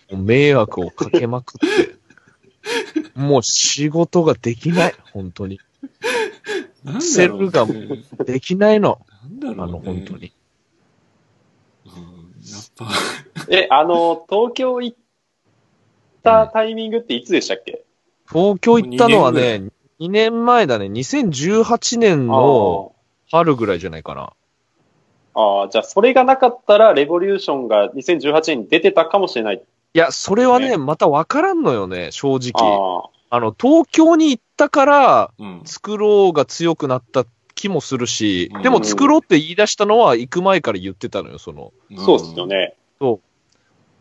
あの、も う迷惑をかけまくって。もう仕事ができない、本当に。なんだセろうねルがもうできないの、なんだろうあね。の、本当に。うん。やっぱ、え、あの、東京行ったタイミングっていつでしたっけ、東京行ったのはもう二年ね、2年前だね、2018年あの春ぐらいじゃないかな。あああ、じゃあそれがなかったら、レボリューションが2018年に出てたかもしれない。いや、それはね、ねまた分からんのよね、正直。ああ、あの、東京に行ったから、うん。作ろうが強くなった気もするしうん、でも作ろうって言い出したのは行く前から言ってたのよ、その。そうですよね。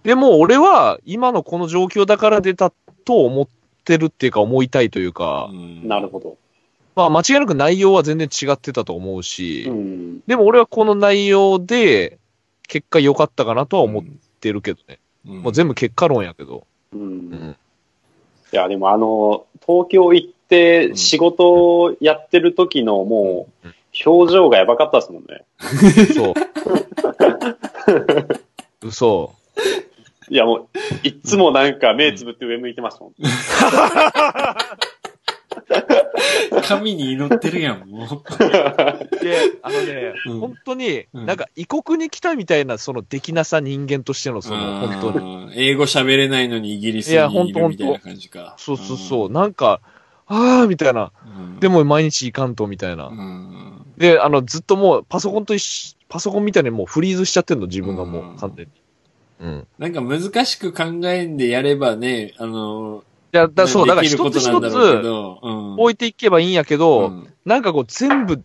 でも俺は今のこの状況だから出たと思ってるっていうか思いたいというかう、ん。なるほど。まあ間違いなく内容は全然違ってたと思うしう、ん。でも俺はこの内容で結果良かったかなとは思ってるけどね。うん。もう全部結果論やけど。う。うんん。いや、でもあの、東京行って仕事をやってる時のもううん、表情がやばかったですもんね。 そう。嘘。いや、もう、いっつもなんか目つぶって上向いてましたもん。神に祈ってるや ん、もう。で、あのね、うん本当に、うんなんか異国に来たみたいな、そのできなさ人間としての、その、本当に。に。英語喋れないのにイギリスにいやほいんとるほんみとたいな感じか。そうそうそう、なんか、あーみたいな。うん。でも毎日行かんと、みたいなう。ん、で、あの、ずっともう、パソコンと一緒、パソコンみたいにもうフリーズしちゃってんの、自分がもうんう、完全に。うん。なんか難しく考えんでやればね、あの、いや、だそう、だからできる一ことつなん一だろうけつど、うん。置いていけばいいんやけど、うんなんかこう全部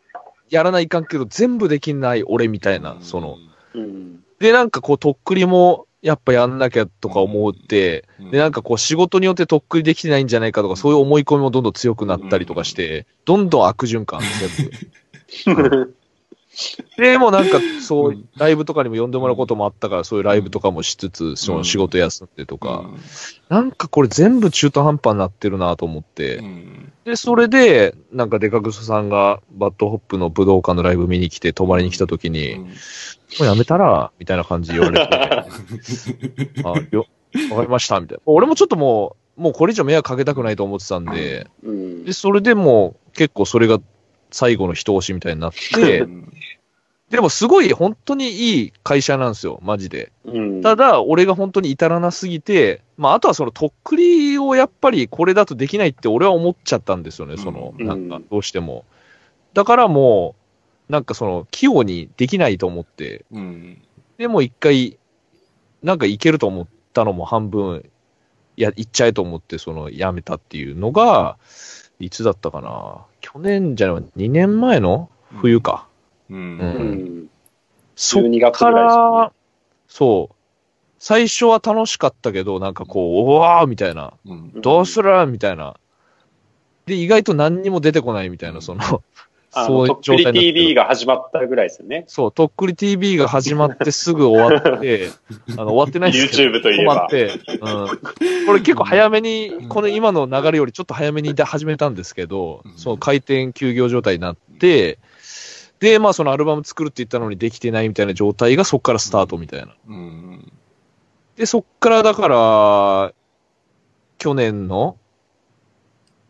やらないかんけど、全部できない俺みたいな、その。うん。で、なんかこう、とっくりも、やっぱやんなきゃとか思って、うん、、で、なんかこう、仕事によってとっくりできてないんじゃないかとか、そういう思い込みもどんどん強くなったりとかして、どんどん悪循環、全部。で、もうなんか、そううんライブとかにも呼んでもらうこともあったから、そういうライブとかもしつつ、そうのん仕事休んでとうか、んなんかこれ全部中途半端になってるなと思ってう、んで、それで、なんかデカグソさんがバッドホップの武道館のライブ見に来て、泊まりに来た時に、うんもうやめたら、みたいな感じで言われて。 あ、よ、わかりました、みたいな。俺もちょっともう、もうこれ以上迷惑かけたくないと思ってたんで、うんで、それでもう結構それが最後の一押しみたいになってう、 んでもすごい本当にいい会社なんですよ、マジで。うん。ただ、俺が本当に至らなすぎて、まあ、あとはそのとっくりをやっぱりこれだとできないって俺は思っちゃったんですよね、その、うんなんかどうしても。だからもう、なんかその、器用にできないと思って、うんでも一回、なんかいけると思ったのも半分、いや、いっちゃえと思って、その、やめたっていうのが、いつだったかな。去年じゃない、2年前の冬か。うんうんうん。そっ12月かぐらいですよねら、そう。最初は楽しかったけど、なんかこう、うわーみたいな。うんうんどうするみたいな。で、意外と何にも出てこないみたいな、その、あの、トップリ TV が始まったぐらいですよね。そう、とっくり TV が始まってすぐ終わ って、あの、終わってないですけど YouTube といえば止まって、うん。これ結構早めに、この今の流れよりちょっと早めに出始めたんですけどうん、その回転休業状態になって、で、まあそのアルバム作るって言ったのにできてないみたいな状態がそっからスタートみたいな。うんで、そっからだから、去年の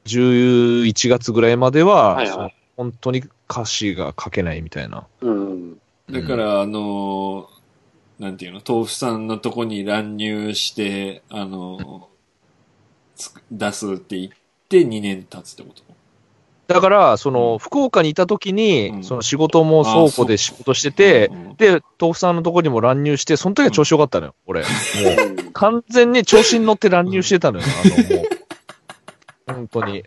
11月ぐらいまでは、はいはいその本当に歌詞が書けないみたいな。うん。だから、あのー、なんていうの、豆腐さんのとこに乱入して、あのー、つ出すって言って2年経つってことだから、その、福岡にいた時に、うんその仕事も倉庫で仕事してて、で、豆腐さんのとこにも乱入して、その時は調子よかったのよ、俺。も う、完全に調子に乗って乱入してたのよ、あ の、もう。本当に。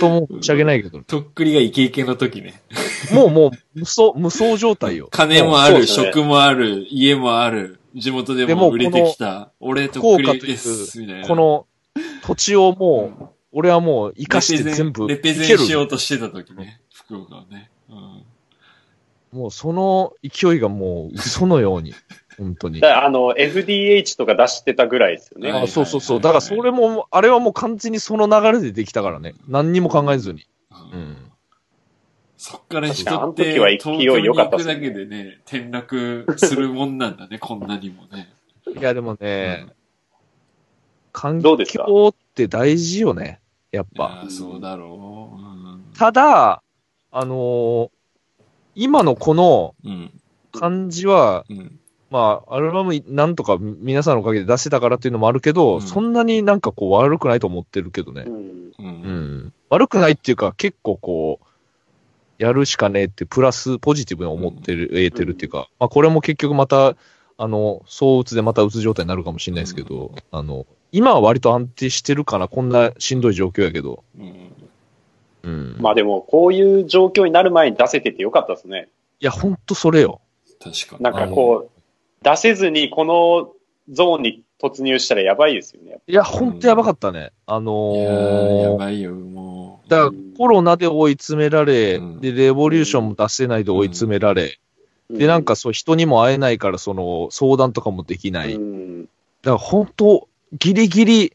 本当もう、申し訳ないけど。とっくりがイケイケの時ね。もう、もう、無双、無双状態よ。金もある、そうですね職もある、家もある、地元ででもも売れてきた、俺とっくりです、みたいな。この、土地をもう、俺はもう、生かして全部、レペいゼけンしようる。としてた時ね、福岡はね。うんもう、その勢いがもう、嘘のように。本当にだか。らあの、FDH とか出してたぐらいですよね。あそうそうそう。はいはだいかはらいそれも、あれはもう完全にその流れでできたからね。何にも考えずに。うんうん。そっから人確かにあっのて、時は勢い東京に良か行ったっくすねだけでね、転落するもんなんだね、こんなにもね。いや、でもね、環どうですか境って大事よね。やっいぱ。やーそうだろう。ただ、あのー今のこのうん。うん。感じは、うん。まあ、アルバムなんとか皆さんのおかげで出せたからっていうのもあるけど、うんそんなになんかこう悪くないと思ってるけどねう。ん。う。うんん。悪くないっていうか、結構こう、やるしかねえって、プラスポジティブに思ってる、得てるっていうか、まあこれも結局また、あの、相打つでまた打つ状態になるかもしれないですけど、あの、今は割と安定してるかな、こんなしんどい状況やけど。うん。うん。まあでも、こういう状況になる前に出せててよかったですね。いや、ほんとそれよ。確かに。なんかこう、出せずにこのゾーンに突入したらやばいですよね。いや、ほんとやばかったね。あのいやーやー、ばいよ、もう。だからコロナで追い詰められ、うんで、レボリューションも出せないで追い詰められ、で、なんか、そう、人にも会えないから、その、相談とかもできうない。ん。だから本当、ギリギリ、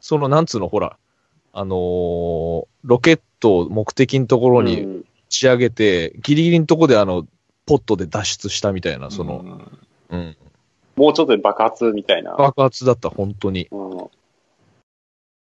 その、なんつうの、ほら、あのーロケットを目的のところに打ち上げて、ギリギリのとこであの、ポットで脱出したみたいな、その、ううんん、もうちょっとで爆発みたいな。爆発だった、本当に。う